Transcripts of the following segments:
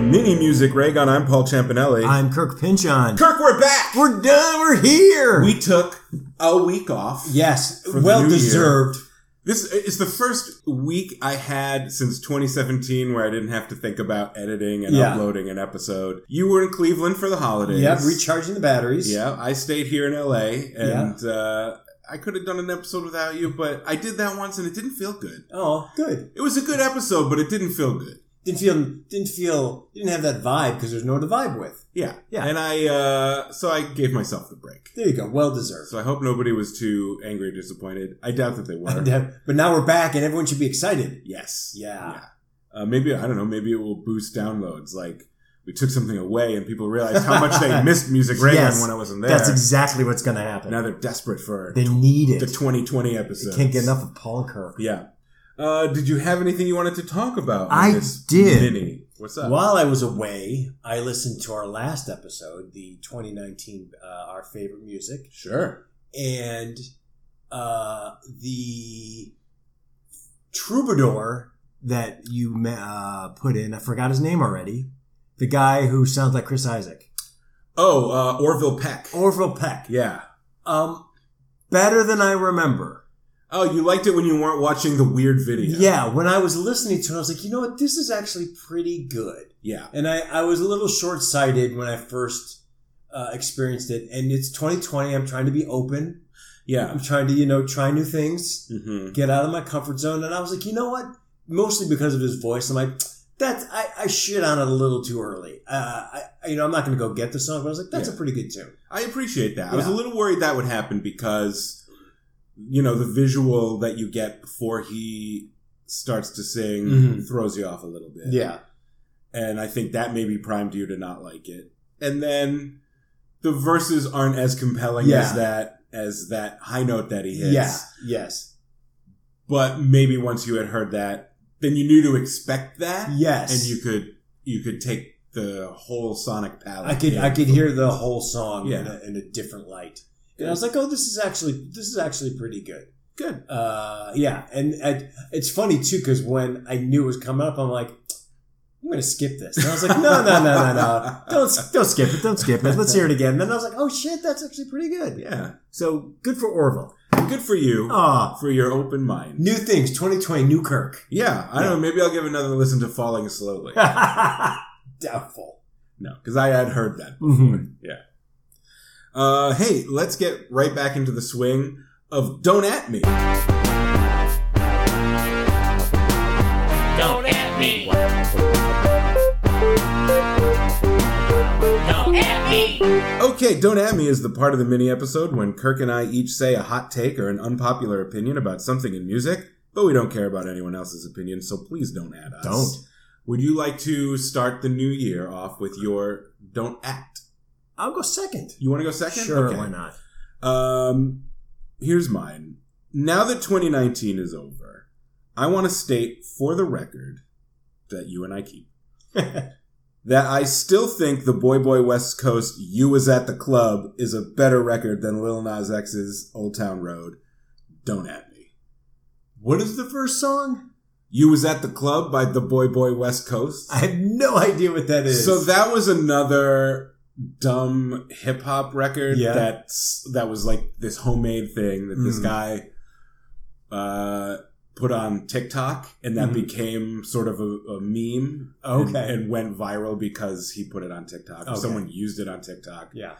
Music Raygun. I'm Paul Champanelli. I'm Kirk Pinchon. Kirk, we're back. We're done. We're here. We took a week off. yes, For the well new deserved. This is the first week I had since 2017 where I didn't have to think about editing and Yeah. uploading an episode. You were in Cleveland for the holidays. Yep, recharging the batteries. Yeah, I stayed here in LA and uh, I could have done an episode without you, but I did that once and it didn't feel good. Oh, good. It was a good episode, but it didn't feel good. Didn't feel. Didn't feel. Didn't have that vibe because there's no one to vibe with. Yeah. Yeah. And I, uh, so I gave myself the break. There you go. Well deserved. So I hope nobody was too angry or disappointed. I doubt that they were. but now we're back, and everyone should be excited. yes. Yeah. Uh, maybe I don't know. Maybe it will boost downloads. Like we took something away, and people realized how much they missed Music Raygun Yes. when I wasn't there. That's exactly what's going to happen. now they're desperate for they need it. the 2020 they episode. can't get enough of Paul and Kirk. Yeah. Uh, did you have anything you wanted to talk about? on I this did. Mini? What's up? While I was away, I listened to our last episode, the 2019 uh, Our Favorite Music. Sure. and uh, the troubadour that you ma- uh, put in. I forgot his name already. The guy who sounds like Chris Isaac, Oh, uh, Orville Peck. Orville Peck. yeah. Um, better than I remember. Oh, you liked it when you weren't watching the weird video. Yeah. when I was listening to it, I was like, you know what, this is actually pretty good. Yeah. And I, I was a little short sighted when I first uh, experienced it. And it's 2020. I'm trying to be open. Yeah. I'm trying to, you know, try new things. hmm get out of my comfort zone. And I was like, you know what? Mostly because of his voice, I'm like, that's I, I shit on it a little too early. Uh, I I- you know I'm not gonna go get the song, but I was like, that's Yeah. a pretty good tune. I appreciate that. I was a Yeah. little worried that would happen because, you know, the visual that you get before he starts to sing Mhm. throws you off a little bit. Yeah, And I think that maybe primed you to not like it. And then the verses aren't as compelling as Yeah. that as that high note that he hits. yeah, yes, But maybe once you had heard that, then you knew to expect that. yes. And you could you could take the whole sonic palette. I could in. I could hear the whole song in, Yeah. a, in a different light, and I was like, oh, this is actually this is actually pretty good. good. Uh, yeah, and I, it's funny too because when I knew it was coming up, I'm like, I'm gonna skip this. And I was like, no, no, no, no, no, don't don't skip it, don't skip it. Let's hear it again. And then I was like, oh shit, that's actually pretty good. Yeah. So good for Orville. Good for you. Ah, For your open mind. new things, 2020, new Kirk. Yeah, I don't know. Maybe I'll give another listen to Falling Slowly. Doubtful. no, because I had heard that. Mhm. Uh, hey, let's get right back into the swing of Don't At Me. Don't at me. Don't at me. Okay, Don't At Me is the part of the mini episode when Kirk and I each say a hot take or an unpopular opinion about something in music, but we don't care about anyone else's opinion, so please don't at us. Don't. Would you like to start the new year off with your Don't At? I'll go second. You want to go second? Sure, Okay. why not? Um, here's mine. Now that 2019 is over, I want to state for the record that you and I keep that I still think the Boy Boy West Coast "You Was at the Club" is a better record than Lil Nas X's "Old Town Road." Don't at me. What is the first song? "You Was at the Club" by the Boy Boy West Coast. I have no idea what that is. So that was another dumb hip hop record Yeah. that's that was like this homemade thing that this Mm. guy uh put on TikTok and that Mhm. became sort of a, a meme and, Okay. and went viral because he put it on TikTok or Okay. someone used it on TikTok yeah.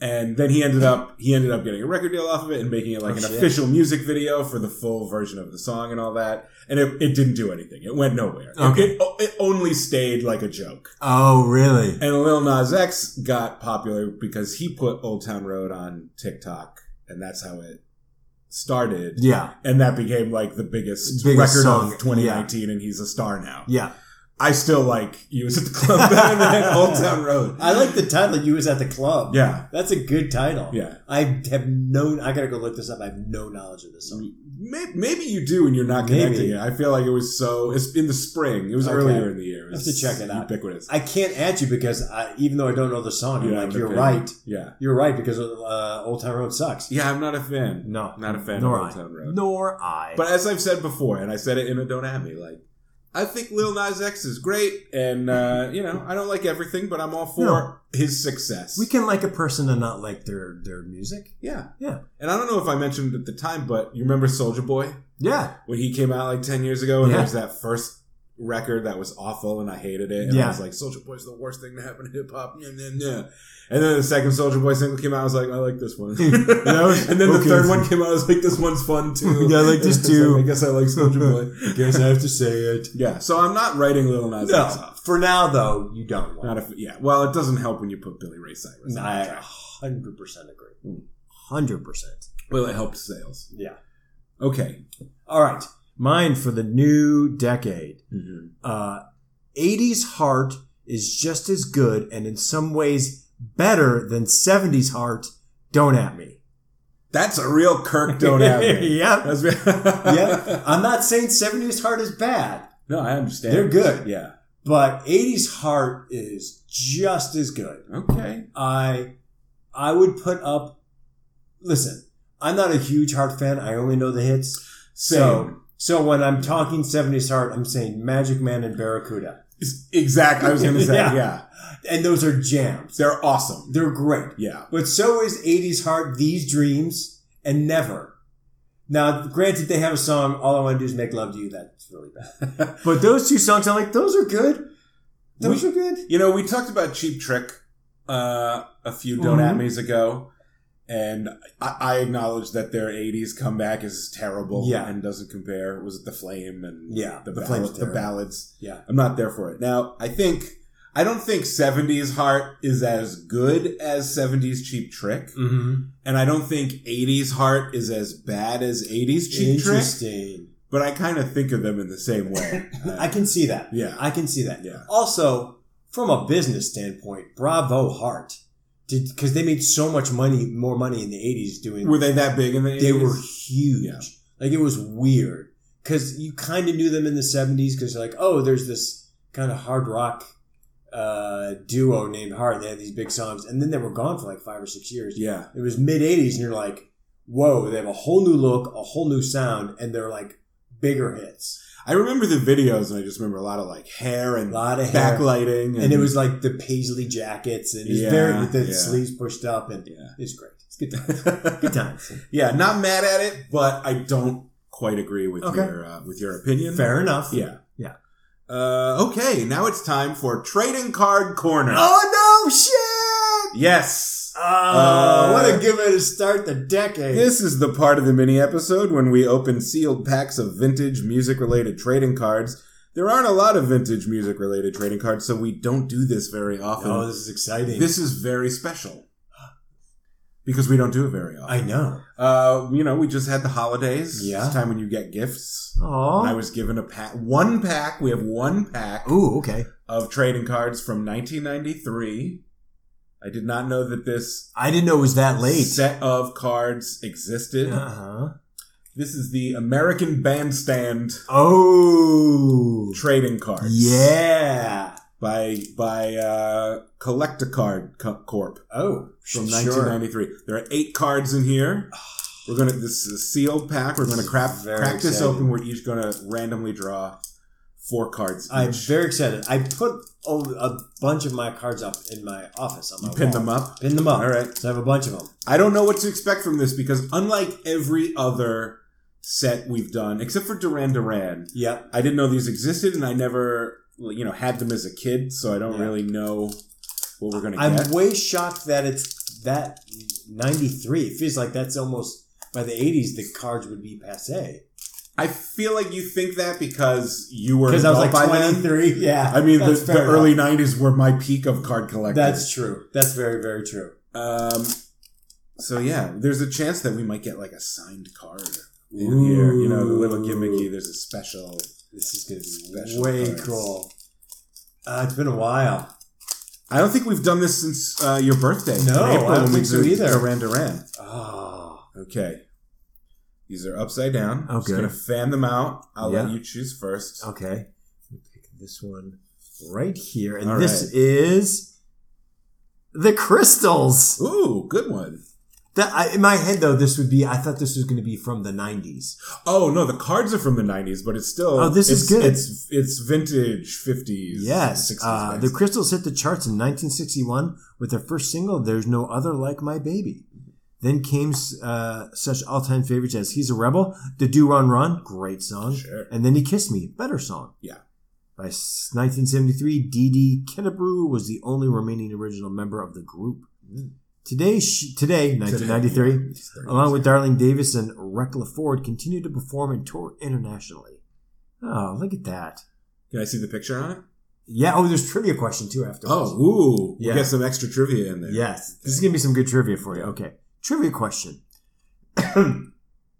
and then he ended up he ended up getting a record deal off of it and making it like Oh, an shit. official music video for the full version of the song and all that and it, it didn't do anything it went nowhere It- Okay. it, it only stayed like a joke Oh, really? and Lil Nas X got popular because he put Old Town Road on TikTok, and that's how it started. Yeah, And that became like the biggest, Biggest record song, of 2019, and he's a star now. yeah. I still like "You Was at the Club" better than Old Town Road. I like the title. You was at the club. Yeah, That's a good title. yeah. I have no. I gotta go look this up. I have no knowledge of this song. Maybe, maybe you do, and you're not Maybe. connecting it. I feel like it was so. It's in the spring. It was Okay. earlier in the year. It I'll have was to check it out. Ubiquitous. I can't add you because I, even though I don't know the song, You don't I'm like have an you're opinion. right. Yeah, You're right because uh, Old Town Road sucks. yeah. I'm not a fan. No, Not a fan Nor of Old I. Town Road. Nor I. But as I've said before, and I said it in a Don't At Me, like, I think Lil Nas X is great, and uh, you know I don't like everything, but I'm all for No. his success. We can like a person and not like their their music. yeah, Yeah. And I don't know if I mentioned at the time, but you remember Soldier Boy Yeah, when he came out like ten years ago, and Yeah. there was that first record that was awful, and I hated it. And I Yeah. was like, Soldier Boy's the worst thing to happen to hip hop. Nah, nah, nah. And then the second Soldier Boy single came out, I was like, I like this one. That was- and then the okay. third one came out, I was like, this one's fun too. Yeah, I like this It's too. I guess I like Soldier Boy. guess I have to say it. Yeah, so I'm not writing Lil Nas X No, off. for now though, you don't. Not Want if, yeah. Well, it doesn't help when you put Billy Ray Cyrus. it. on the I track. hundred percent agree. Mm. Hundred percent. Well, it helped sales. Yeah. Okay. All right, mine for the new decade. Uh, 80s heart is just as good and in some ways better than 70s heart. Don't at me. That's a real Kirk. Don't have me. yeah. That's re- Yeah. I'm not saying 70s heart is bad, No, I understand. They're good. Yeah. but 80s heart is just as good. Okay. I I would put up listen, I'm not a huge heart fan. I only know the hits. So Same. so when I'm talking 70s heart, I'm saying Magic Man and Barracuda. It's- exact. I was going to say. Yeah. yeah. And those are jams. They're awesome. They're great. Yeah. But so is 80s Heart, These Dreams, and Never. Now, granted, they have a song, All I Want to Do is Make Love to You. That's really bad. but those two songs, I'm like, those are good. Those are good. You know, we talked about Cheap Trick uh, a few Don't Mhm. At Me's ago, and I, I acknowledge that their 80s comeback is terrible Yeah. and doesn't compare. Was it The Flame and Yeah, the, The ball- Flame's the terrible. ballads? Yeah. I'm not there for it. Now, I think, I don't think 70s Heart is as good as 70s Cheap Trick, Mm-hmm. and I don't think 80s Heart is as bad as 80s Cheap Trick, Interesting. but I kind of think of them in the same way. Uh, I can see that. yeah. I can see that. Yeah. Also, from a business standpoint, bravo Heart. Because they made so much money, more money in the 80s doing Were they that big in the 80s? they were huge. Yeah. Like it was weird because you kind of knew them in the '70s because you're like, oh, there's this kind of hard rock uh, duo named Heart. They had these big songs, and then they were gone for like five or six years. Yeah. It was mid '80s, and you're like, whoa, they have a whole new look, a whole new sound, and they're like bigger hits. I remember the videos, and I just remember a lot of like hair A and lot of hair. backlighting, and, and it was like the paisley jackets, and it was Yeah, very with the yeah. sleeves pushed up, and yeah, it's great. It's good times. good times. yeah. Not mad at it, but I don't quite agree with Okay. your uh, with your opinion. Fair enough. Yeah, Yeah. Uh, okay, now it's time for trading card corner. Oh no! Shit! Yes. Oh, Uh, what a good way to start the decade. This is the part of the mini episode when we open sealed packs of vintage music related trading cards. There aren't a lot of vintage music related trading cards, so we don't do this very often. oh, this is exciting. This is very special because we don't do it very I often. know. Uh, you know, we just had the holidays. Yeah. It's time when you get gifts. I Oh. was given a pack, one pack. We have one pack Ooh, okay. of trading cards from 1993. I did not know that this I didn't know it was that late. set of cards existed. Uh-huh. This is the American Bandstand Oh. trading cards. Yeah. By by uh, Collecticard Co- Corp. Oh, from sure. 1993. There are eight cards in here. We're gonna this is a sealed pack. We're gonna This crap, is very crack this exciting. open. We're each gonna randomly draw four cards. I'm each. very excited. I put oh, a bunch of my cards up in my office on my You pin wall. them up. Pin them up. All right. So I have a bunch of them. I don't know what to expect from this because unlike every other set we've done, except for Duran Duran, Yep. I didn't know these existed, and I never you know had them as a kid, so I don't Yeah. really know what we're gonna I'm get. way shocked that it's that 93. It feels like that's almost by the 80s, the cards would be passe. I feel like you think that because you were an Because I was adult like by then. 23. Yeah. I mean, the, that's the fair early enough. '90s were my peak of card collecting. That's true. That's very, very true. Um, so yeah, there's a chance that we might get like a signed card in Ooh. here. You know, the little gimmicky. There's a special. This is going to be Special way cards. cool. Uh, it's been a while. I don't think we've done this since uh, your birthday. No, in April I when don't we think so did either. Duran Duran. Oh, Okay, these are upside down. I'm just Okay. gonna fan them out. I'll let Yeah. you choose first. okay. We'll pick this one right here. And All this right. is The Crystals. Ooh, good one. That I, in my head though, this would be. I thought this was going to be from the '90s. Oh no, the cards are from the '90s, but it's still. Oh, this is it's- good. It's it's vintage '50s. Yes, 60s uh, the bands. Crystals hit the charts in 1961 with their first single, "There's No Other Like My Baby." Then came uh, such all-time favorites as "He's a Rebel," "The Do Run Run," great song, Sure. and then "He Kissed Me," better song. Yeah. By s- 1973, Dee Dee Kennebrew was the only remaining original member of the group. Mm. Today, she, today, 1993, Today, yeah, it's 30s. along with Darlene Davis and Rekla Ford, continue to perform and tour internationally. Oh, look at that. Can I see the picture on it? Yeah, oh, there's trivia question too afterwards. Oh, ooh, Yeah. we got some extra trivia in there. yes. This is going to be some good trivia for you. Okay. Trivia question.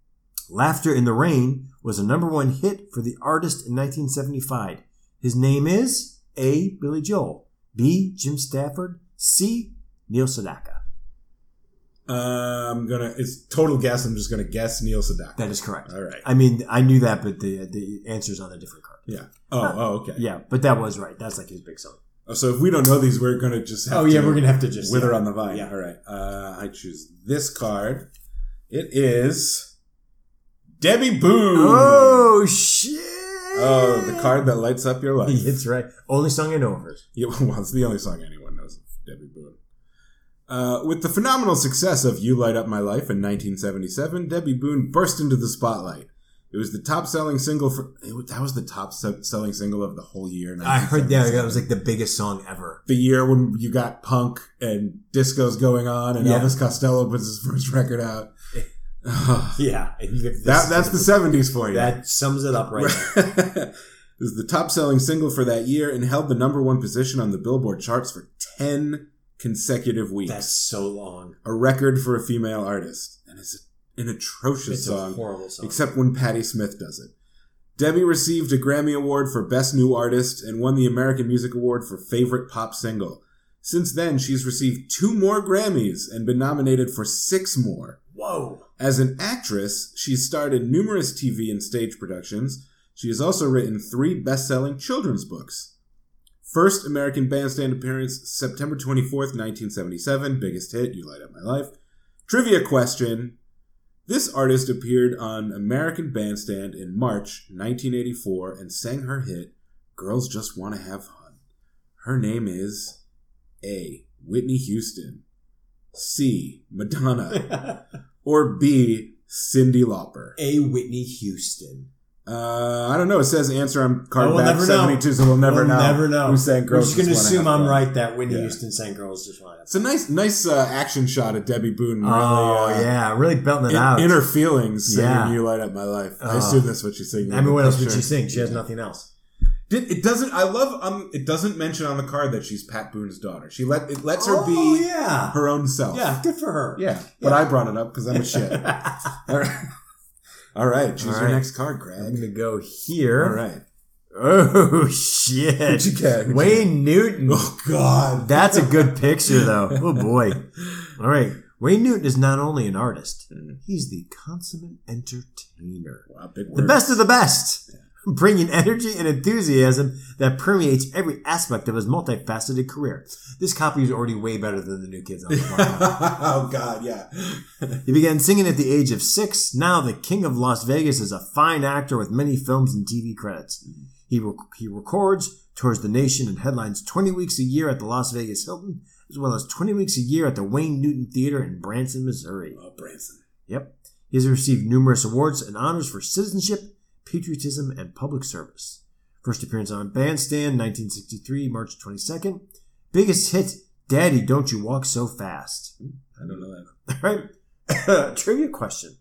Laughter in the Rain was a number one hit for the artist in 1975. His name is A. Billy Joel, B. Jim Stafford, C. Neil Sedaka. Uh, I'm gonna. It's total guess. I'm just gonna guess Neil Sedaka. That is correct. All right. I mean, I knew that, but the the answer's on a different card. Oh, oh, okay. Yeah, but that was right. That's like his big song. Oh, So if we don't know these, we're gonna just. Have Oh, to yeah, we're gonna have to just- wither yeah. on the vine. Yeah. All right. Uh, I choose this card. It is Debbie Boone. Oh shit! Oh, the card that lights up your life. It's right. Only song I know of hers. Yeah, well, it's the only song anyone knows of Debbie Boone. Uh, with the phenomenal success of You Light Up My Life in 1977, Debbie Boone burst into the spotlight. It was the top selling single for. It was, that was the top se- selling single of the whole year. I heard that. 1977. That was like the biggest song ever. The year when you got punk and disco's going on, and Yeah. Elvis Costello puts his first record out. that, Yeah, and you get this- that's the 70s for you. That sums it up right. now. it was the top selling single for that year and held the number one position on the Billboard charts for 10 consecutive weeks. That's so long. a record for a female artist. And it's an atrocious It's a song, horrible song. except when Patti Smith does it. Debbie received a Grammy Award for Best New Artist and won the American Music Award for Favorite Pop Single. Since then, she's received two more Grammys and been nominated for six more. whoa. As an actress, she's starred in numerous TV and stage productions. She has also written three best selling children's books. First American Bandstand appearance, September 24th, 1977. Biggest hit, You Light Up My Life. Trivia question This artist appeared on American Bandstand in March 1984 and sang her hit, Girls Just Want to Have Fun. Her name is A. Whitney Houston, C. Madonna a or B, Cindy Lauper? Whitney Houston. Uh, I don't know. It says answer on card Oh, we'll back never know. 72, so we'll never We'll know. Never know. Who sang We're Girls just gonna Just Wanna assume Have I'm Fun. right that Whitney Yeah. Houston sang "Girls Just Want It's a nice, nice uh, action shot of Debbie Boone. Really, oh uh, yeah, really belting it out. In, in her feelings, singing Yeah. "You Light Up My Life." I Oh. assume that's what she's singing. I mean, in what the else would picture. she sing? She has nothing else. Did, it doesn't. I love. Um, it doesn't mention on the card that she's Pat Boone's daughter. She let it lets her Oh, be yeah. her own self. Yeah, good for her. yeah. But I brought it up because I'm a shit. All right, all right. Choose All your right. next card, I'm Greg. gonna go here. All right. Oh shit! you get? Who'd you Wayne Newton. Oh God. Uh, That's a good picture, though. Oh boy! All right, Wayne Newton is not only an artist; he's the consummate entertainer, Wow, big the word. best of the best, bringing energy and enthusiasm that permeates every aspect of his multifaceted career. This copy is already way better than the new kids on the block. oh God, yeah. He began singing at the age of six. Now the King of Las Vegas is a fine actor with many films and TV credits. He, rec- he records, tours the nation, and headlines 20 weeks a year at the Las Vegas Hilton, as well as 20 weeks a year at the Wayne Newton Theater in Branson, Missouri. Oh, Branson. Yep. He has received numerous awards and honors for citizenship, patriotism, and public service. First appearance on Bandstand, 1963, March 22nd. Biggest hit, Daddy, Don't You Walk So Fast. I don't know that. All right. Trivia question.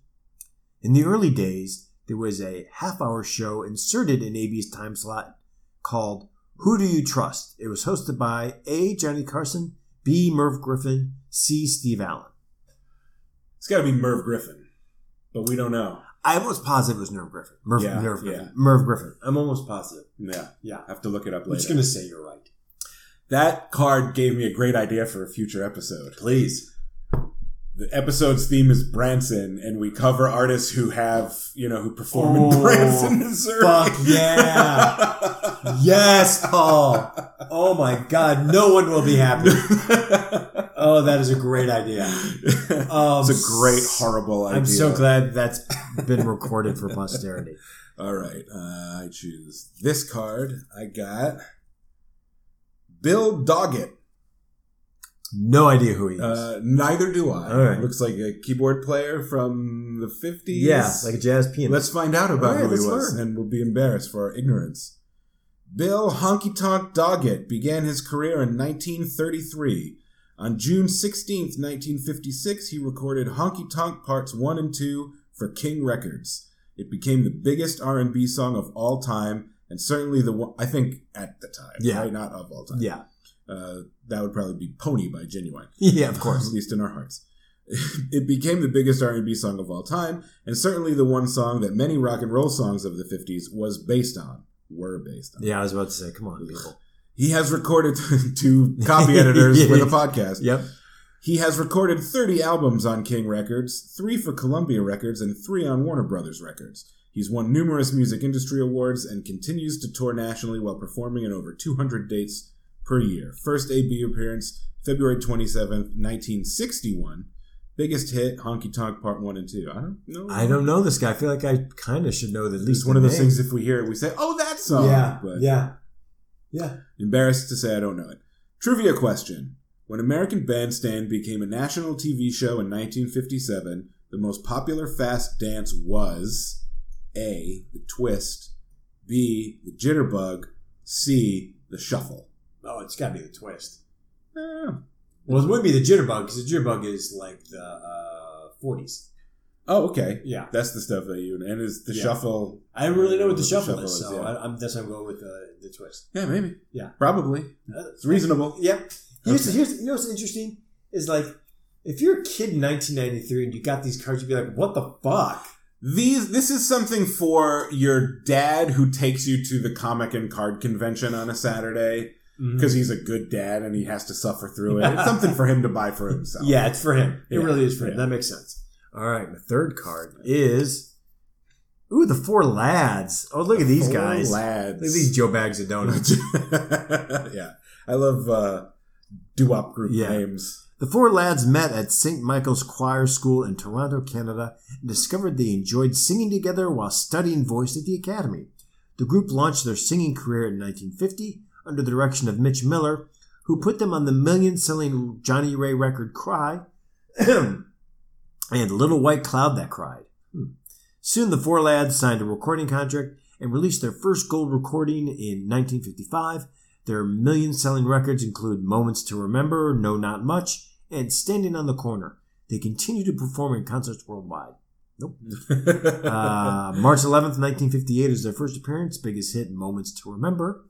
In the early days, there was a half hour show inserted in AB's time slot called Who Do You Trust? It was hosted by A. Johnny Carson, B. Merv Griffin, C. Steve Allen. It's got to be Merv Griffin, but we don't know. I'm almost positive it was Merv Griffin. Merv, Yeah, Merv yeah. Griffin. Merv Griffin. I'm almost positive. Yeah, Yeah. I have to look it up I'm just later. going to say you're right. that card gave me a great idea for a future episode. Please. The episode's theme is Branson, and we cover artists who have you know who perform in Oh, Branson, Missouri. Fuck yeah. yes, Paul. Oh my God. No one will be happy. Oh, that is a great idea. Um, it's a great, horrible idea. I'm so glad that's been recorded for posterity. All right, uh, I choose this card. I got Bill Doggett. No idea who he is. Uh, neither do I. All right. Looks like a keyboard player from the 50s. yeah, like a jazz pianist. Let's find out about All right, who he let's was, learn. and we'll be embarrassed for our ignorance. Bill Honky Tonk Doggett began his career in 1933. On June 16th, 1956, he recorded Honky Tonk Parts 1 and 2 for King Records. It became the biggest R&B song of all time, and certainly the one, I think, at the time. Yeah. Right? Not of all time. yeah, Uh, that would probably be Pony by Genuine. yeah, of At course. least in our hearts. it became the biggest R&B song of all time, and certainly the one song that many rock and roll songs of the 50s was based on, were based on. Yeah, I was about to say, come on, people. He has recorded to copy editors with a podcast. Yep. He has recorded 30 albums on King Records, three for Columbia Records, and three on Warner Brothers Records. He's won numerous music industry awards and continues to tour nationally while performing in over 200 dates per year. First AB appearance, February 27th, 1961. Biggest hit, Honky Tonk Part 1 and 2. I don't know. I don't know this guy. I feel like I kind of should know at It's least one the of those name. things if we hear it, we say, oh, that song. yeah, But- yeah, yeah. Embarrassed to say I don't know it. Trivia question. When American Bandstand became a national TV show in 1957, the most popular fast dance was A. The twist, B. The jitterbug, C. The shuffle. Oh, it's got to be the twist. Eh. Well, it would be the jitterbug because the jitterbug is like the uh, 40s. Oh, okay. Yeah, That's the stuff that you and is the Yeah. shuffle. I don't really know what the The shuffle, shuffle is, is, so yeah. I, I'm, that's why I'm going with the, the twist. Yeah, maybe. Yeah. probably. It's reasonable. Yep. Here's, Okay. here's you know what's interesting is like if you're a kid in 1993 and you got these cards, you'd be like, "What the fuck?" These. This is something for your dad who takes you to the comic and card convention on a Saturday. because Mm-hmm. he's a good dad and he has to suffer through it. It's something for him to buy for himself. yeah, it's for him. It Yeah, really is for him. yeah. That makes sense. All right, my third card is ooh the four lads. Oh, look at these Poor guys. lads. Look at these Joe bags of donuts. yeah, I love uh, doo-wop group Yeah. names. The four lads met at St. Michael's Choir School in Toronto, Canada, and discovered they enjoyed singing together while studying voice at the academy. The group launched their singing career in 1950 under the direction of Mitch Miller, who put them on the million selling Johnny Ray record Cry and Little White Cloud That Cried. Hmm. Soon the four lads signed a recording contract and released their first gold recording in 1955. Their million selling records include Moments to Remember, No Not Much, and Standing on the Corner. They continue to perform in concerts worldwide. Uh, March 11th, 1958 is their first appearance, biggest hit, Moments to Remember.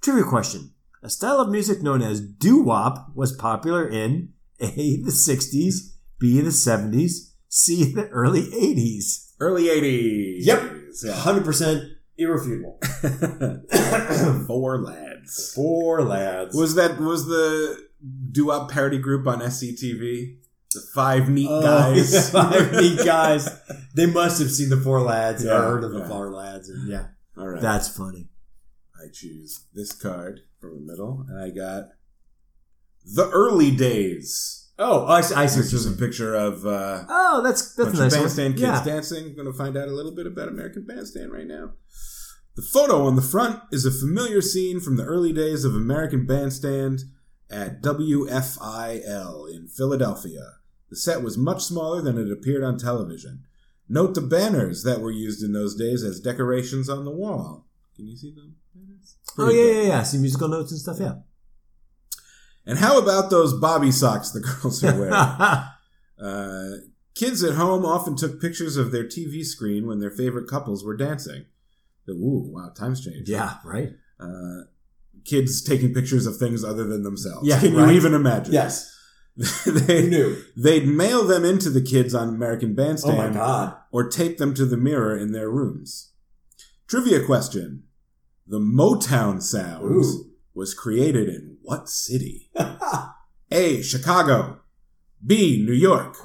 Trivia question A style of music known as doo wop was popular in A, the 60s, B, the 70s, C, the early 80s. Early '80s. Yep. Yeah. 100% irrefutable. Four lads. Four lads. Was that was the doo-wop parody group on SCTV? The five neat Oh, guys. yeah, five neat guys. They must have seen the four lads Yeah, or heard of the yeah. four lads. And yeah, All right. that's funny. I choose this card from the middle, and I got the early days. Oh, I see. I see This what you is a mean. picture of uh, Oh, that's that's bunch a nice of one. bandstand kids yeah. dancing. We're going to find out a little bit about American Bandstand right now. The photo on the front is a familiar scene from the early days of American Bandstand at WFIL in Philadelphia. The set was much smaller than it appeared on television. Note the banners that were used in those days as decorations on the wall. Can you see them? Oh yeah, yeah, yeah. I See musical notes and stuff. Yeah. And how about those bobby socks the girls are wearing? Uh, kids at home often took pictures of their TV screen when their favorite couples were dancing. The, ooh, wow, times change. yeah. Right. Uh, kids taking pictures of things other than themselves. Yeah, Can right. you even imagine? Yes. they, knew? they'd mail them into the kids on American Oh Bandstand my god. or tape them to the mirror in their rooms. Trivia question. The Motown sound Ooh. was created in what city? A. Chicago. B. New York.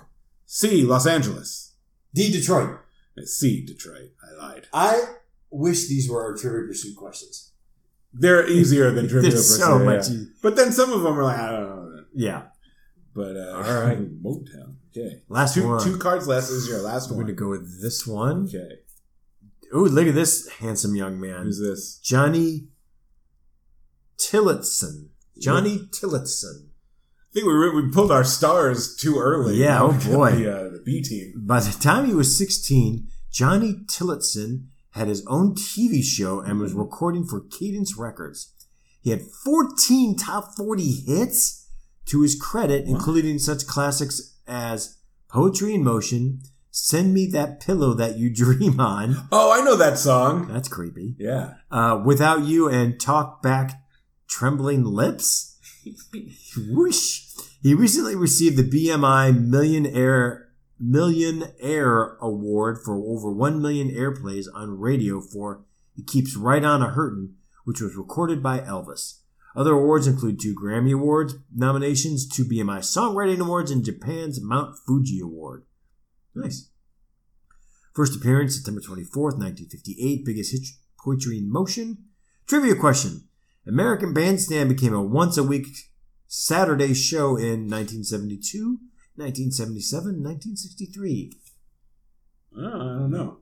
C. Los Angeles. D Detroit. C. Detroit. I lied. I wish these were our trivia pursuit questions. They're easier than Trivia There's Pursuit, so much. yeah. But then some of them are like, I don't know. Yeah. But uh, All right. Motown. Okay, Last two one. two cards left. This is your last I'm one. going to go with this one. Okay, Ooh, look at this handsome young man. who's this? Johnny Tillotson. Johnny Tillotson. I think we re- we pulled our stars too early. Yeah, oh boy. The, uh, the B team. By the time he was 16, Johnny Tillotson had his own TV show and was recording for Cadence Records. He had 14 top 40 hits to his credit, Wow. including such classics as Poetry in Motion, Send Me That Pillow That You Dream On. Oh, I know that song. That's creepy. Yeah, Uh, Without You and Talk Back Trembling Lips. Whoosh. He recently received the BMI Millionaire Millionaire Award for over 1 million airplays on radio for It Keeps Right On a Hurtin', which was recorded by Elvis. Other awards include two Grammy Awards nominations, two BMI Songwriting Awards, and Japan's Mount Fuji Award. Nice. First appearance September 24th, 1958. Biggest hit Poetry in Motion. Trivia question American Bandstand became a once a week Saturday show in 1972, 1977, 1963. Uh, I don't know.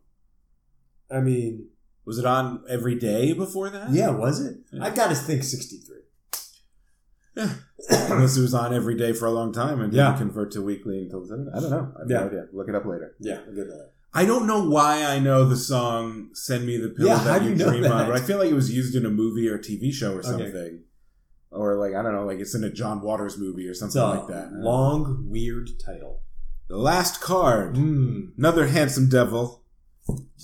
I mean, Was it on every day before that? yeah, was it? Yeah. I gotta think 63. Unless it was on every day for a long time and didn't Yeah. convert to weekly until Saturday. I don't know. I have Yeah. no idea. Look it up later. Yeah, I get that. I don't know why I know the song "Send Me the Pill Yeah, how That do You you know Dream that? On," but I feel like it was used in a movie or TV show or Okay. something, or like I don't know, like it's in a John Waters movie or It's something a like that. long, weird title. the last card, Mm. another handsome devil,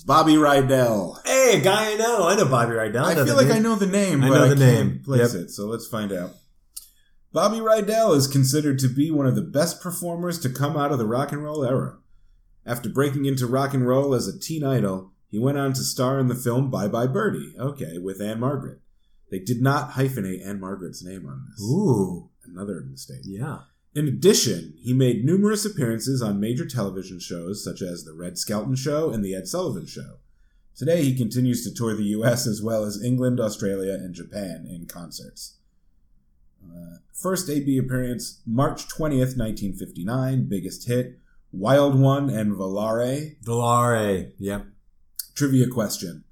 Bobby Rydell. Hey, a guy I know. I know Bobby right now. I feel like I know the name, I but know I the can't name. place Yep. it. So let's find out. Bobby Rydell is considered to be one of the best performers to come out of the rock and roll era. After breaking into rock and roll as a teen idol, he went on to star in the film Bye Bye Birdie, okay, with Anne Margaret. They did not hyphenate Anne Margaret's name on this. Ooh, Another mistake. yeah. In addition, he made numerous appearances on major television shows such as The Red Skelton Show and The Ed Sullivan Show. Today, he continues to tour the U.S. as well as England, Australia, and Japan in concerts. Uh, first AB appearance, March 20th, 1959. Biggest hit, Wild One and Volare. Velare. Yep. Trivia question.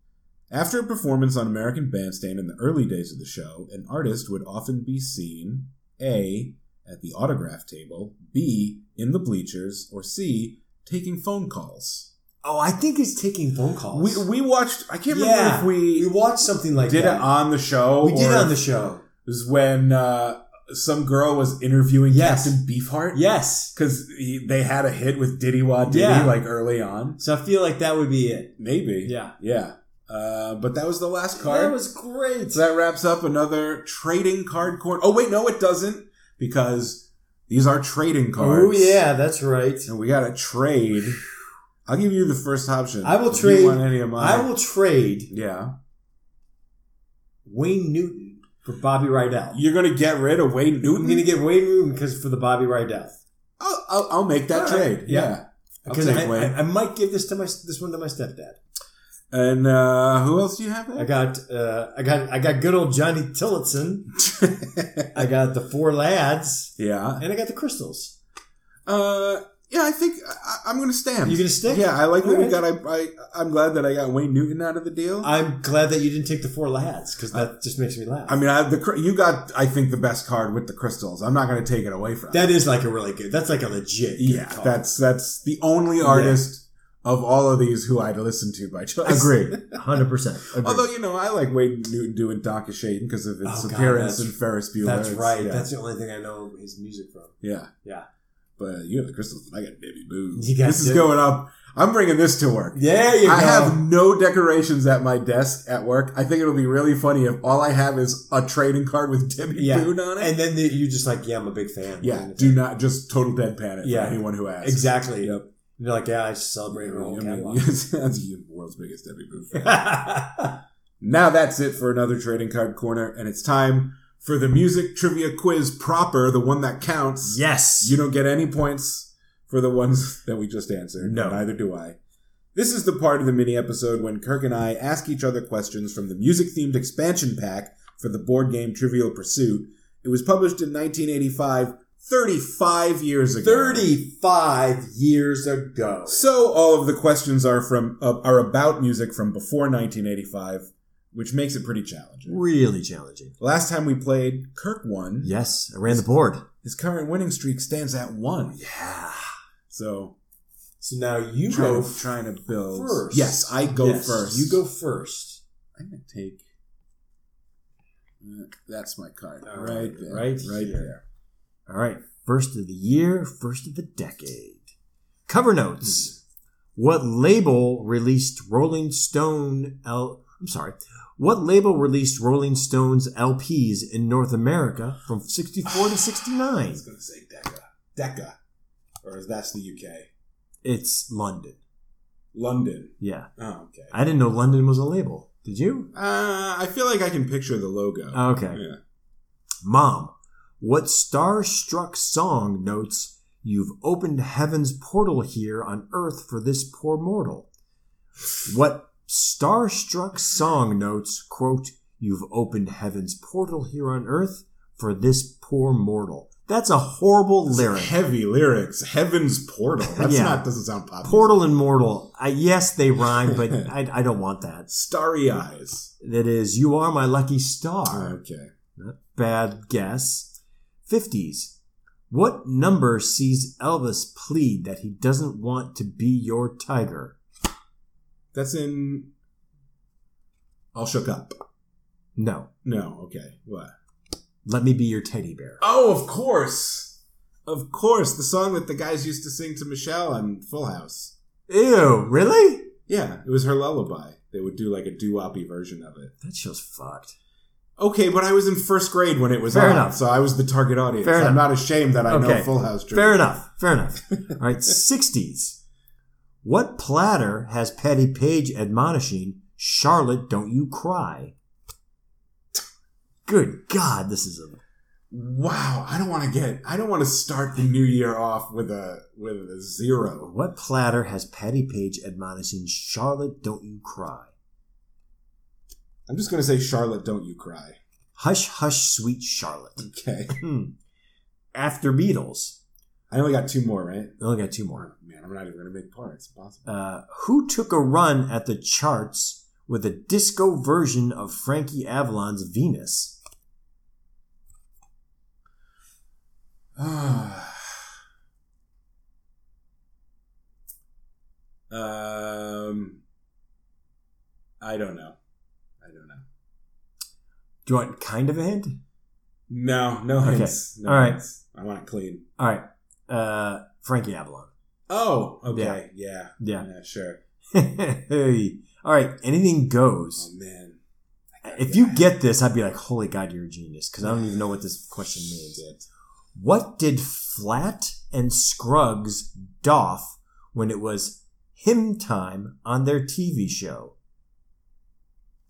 After a performance on American Bandstand in the early days of the show, an artist would often be seen A. at the autograph table, B. in the bleachers, or C. taking phone calls. Oh, I think he's taking phone calls. We, we watched, I can't Yeah. remember if We we watched something like did that. it on the show. we did or on if the show. It was when uh, some girl was interviewing Yes. Captain Beefheart. Yes. Because they had a hit with Diddy Wah Diddy, Yeah. like early on. So I feel like that would be it. Maybe. Yeah. Yeah. Uh, but that was the last card. That was great. So that wraps up another trading card corner. Oh wait, no, it doesn't because these are trading oh cards. yeah, that's right. and we got to trade. I'll give you the first option. I will If you trade- want any of mine. I will trade Yeah, Wayne Newton for Bobby Rydell. you're gonna get rid of Wayne Newton. I'm gonna get Wayne Newton because for the Bobby Rydell. I'll, I'll, I'll make that All right. trade. Yeah. Yeah. I'll Because take I, Wayne. I, I might give this to my this one to my stepdad. and uh, who else do you have? There? I got uh, I got I got good old Johnny Tillotson. I got the four lads, yeah. and I got the crystals. Uh, yeah. I think I, I'm gonna stand. You gonna stick? Yeah, I like what All we right. got. I, I I'm glad that I got Wayne Newton out of the deal. I'm glad that you didn't take the four lads because that just makes me laugh. I mean, I, the cr- you got I think the best card with the crystals. I'm not going to take it away from. that is like a really good. That's like a legit. good you. yeah, call. that's that's the only artist of all of these who I'd listen to by choice. agreed, hundred percent. Although you know, I like Wade Newton doing Donkey Shaden because of its Oh, God, appearance that's- in Ferris Bueller. That's It's- right. Yeah, That's the only thing I know his music from. yeah, Yeah. But you have the crystals. and I got baby boo. You got This is Dibby. going up. I'm bringing this to work. There you I go. have no decorations at my desk at work. I think it'll be really funny if all I have is a trading card with Debbie Yeah. Boone on it. and then the, you just like, yeah, I'm a big fan. Yeah, And- do not just total deadpan it Yeah. for anyone who asks. exactly. Yep. You're like, yeah, I just celebrate her whole I mean, catalog. yes, that's the world's biggest Debbie Boone. fan. now that's it for another trading card corner, and it's time for the music trivia quiz proper, the one that counts. yes. You don't get any points for the ones that we just answered. No. Neither do I. This is the part of the mini episode when Kirk and I ask each other questions from the music themed expansion pack for the board game Trivial Pursuit. It was published in 1985, 35 years ago. 35 years ago. So all of the questions are from uh, are about music from before 1985, which makes it pretty challenging. Really challenging. Last time we played, Kirk won. Yes, I ran the board. His current winning streak stands at one. Yeah. So So now you trying, go to, trying to build. first. Yes, I go Yes, first. You go first. I'm gonna take. Uh, That's my card. All right, right, there, right right there. here. All right. First of the year, first of the decade. Cover notes. What label released Rolling Stone L I'm sorry. What label released Rolling Stone's LPs in North America from 64 to 69? gonna say Decca. Decca, or is that's the UK? It's London. London. Yeah. Oh, okay. I didn't know London was a label. Did you? Uh, I feel like I can picture the logo. Okay. Oh, Yeah. Mom, what star-struck song notes You've opened heaven's portal here on earth for this poor mortal? What star-struck song notes, quote, You've opened heaven's portal here on earth for this poor mortal? That's a horrible It's lyric. Heavy lyrics. Heaven's portal. That's Yeah. not doesn't sound popular. Portal and mortal. I, yes, they rhyme, but I, I don't want that. Starry eyes. That is, you are my lucky star. Okay. Not bad guess. 50s. What number sees Elvis plead that he doesn't want to be your tiger? That's in All Shook Up. No. No, okay. What? Let me be your teddy bear. Oh, of course. Of course. The song that the guys used to sing to Michelle on Full House. Ew, really? Yeah, it was her lullaby. They would do like a doo woppy version of it. That show's fucked. Okay, but I was in first grade when it was Fair on, enough. so I was the target audience. Fair I'm enough. not ashamed that I know Okay. Full House. Drew. Fair enough. Fair enough. All right, 60s. What platter has Patty Page admonishing, Charlotte, don't you cry? Good God, this is a. Wow, I don't want to get. I don't want to start the new year off with a with a zero. What platter has Patty Page admonishing, Charlotte, don't you cry? I'm just gonna say, Charlotte, don't you cry. Hush Hush Sweet Charlotte. Okay, Hmm. After Beatles. I only got two more, right? I only got two more. Man, I'm not even gonna make par. It's impossible. Uh, who took a run at the charts with a disco version of Frankie Avalon's Venus? um, I don't know. I don't know. Do you want kind of a hint? No, no Okay. hints. No All right. hints. I want it clean. All right. Uh, Frankie Avalon. Oh, okay, yeah, yeah, Yeah. sure. Hey. All right. Anything Oh goes. man, If you get this, I'd be like, holy God, you're a genius. Because I don't even know what this question means. What did Flat and Scruggs doff when it was hymn time on their TV show?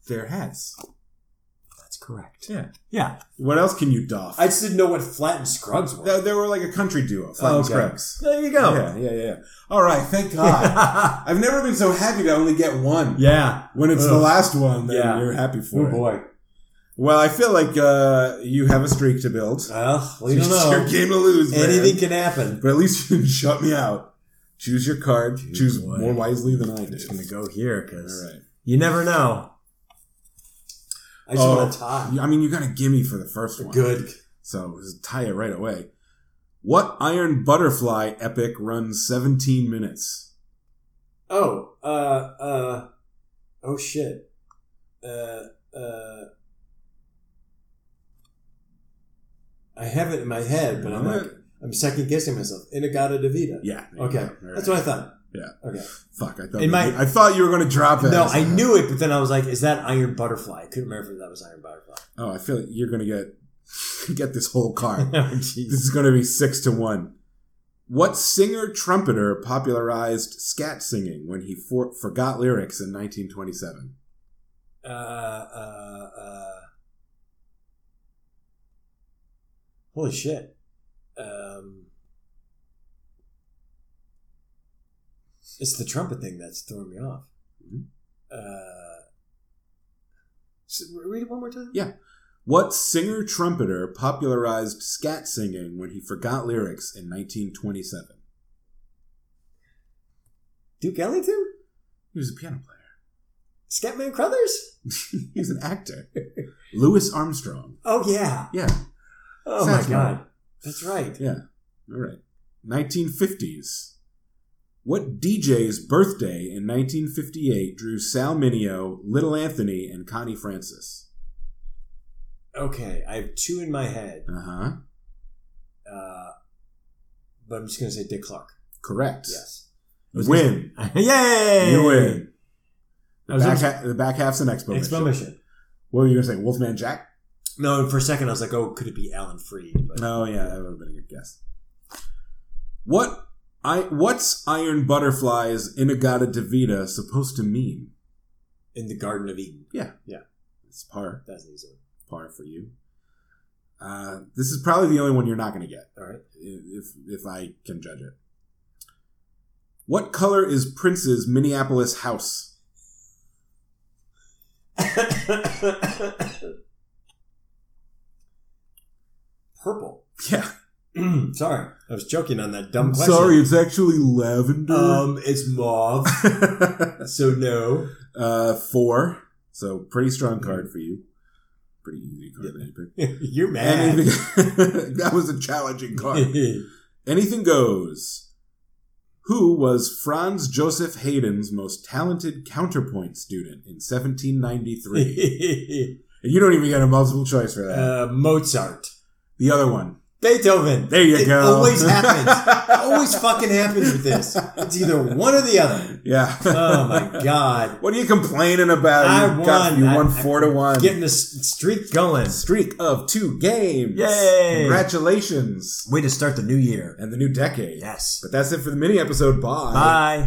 their hats. That's correct. Yeah. Yeah. What else can you doff? just didn't know what Flat and Scruggs They, they were like a country duo, Flat Oh, and okay. Scruggs. There you go. Yeah, yeah, yeah. All right, thank God. I've never been so happy to only get one. yeah. When it's the Ugh. last one, then Yeah. you're happy for Oh it. boy. Well, I feel like uh, you have a streak to build. Uh, Well, it's your game to lose. man. can happen. but at least you didn't shut me out. Choose your card. Choose Choose one. more wisely than I I'm did. just gonna go here because All right. you never know. Oh, I just want a tie. You- I mean, you got a gimme for the first one. Good. So just tie it right away. What Iron Butterfly epic runs 17 minutes? Oh, uh, uh, oh shit. Uh, uh, I have it in my head, but I'm like, I'm second guessing myself. Inagata Davida. yeah. there you Okay, go. All right. that's what I thought. Yeah. Okay. Fuck, I thought In my- I thought you were going to drop it. No, I knew it, but then I was like, "Is that Iron Butterfly?" I couldn't remember if that was Iron Butterfly. Oh, I feel like you're going to get get this whole card. oh, this jeez. is going to be six to one. What singer trumpeter popularized scat singing when he for- forgot lyrics in 1927? Uh, uh, uh. Holy shit! Um, it's the trumpet thing that's throwing me off. Mhm. Uh, s- read it one more time. Yeah. What singer trumpeter popularized scat singing when he forgot lyrics in 1927? Duke Ellington? He was a piano player. Scatman Crothers? he was an actor. Louis Armstrong. Oh, yeah. Yeah, Oh, Sounds my God. That's right. yeah. All right. 1950s. What DJ's birthday in 1958 drew Sal Mineo, Little Anthony, and Connie Francis? Okay, I have two in my head, Uh huh. uh, but I'm just going to say Dick Clark. Correct. Yes. You win. Yay! You win. I The was back, gonna- ha- the back half's an expo. mission. Expo mission. What were you going to say? Wolfman Jack? No, for a second I was like, oh, could it be Alan Freed? But Oh yeah, that would have been a good guess. What I what's Iron Butterfly's Inagata Devita supposed to mean? in the Garden of Eden. It's par That's an easy one. par for you. Uh, this is probably the only one you're not going to get All right. if if I can judge it. What color is Prince's Minneapolis house? Purple. Yeah, Sorry, I was joking on that dumb I'm question. sorry, it's actually lavender. Um, it's mauve, so no. uh, four, so pretty strong card for you. Pretty easy card Yeah. to pick. You're mad. Anything, that was a challenging card. Anything goes. Who was Franz Joseph Haydn's most talented counterpoint student in 1793? and you don't even get a multiple choice for that. uh, Mozart, the other one. Beethoven. There you it go. Always happens. always fucking happens with this. It's either one or the other. Yeah. Oh my god! What are you complaining about? I you got- won. You I- won I- four to one. Getting the s- streak going. Streak of two games. Yay. Congratulations. Way to start the new year. And the new decade. Yes. But that's it for the mini episode. Bye. Bye.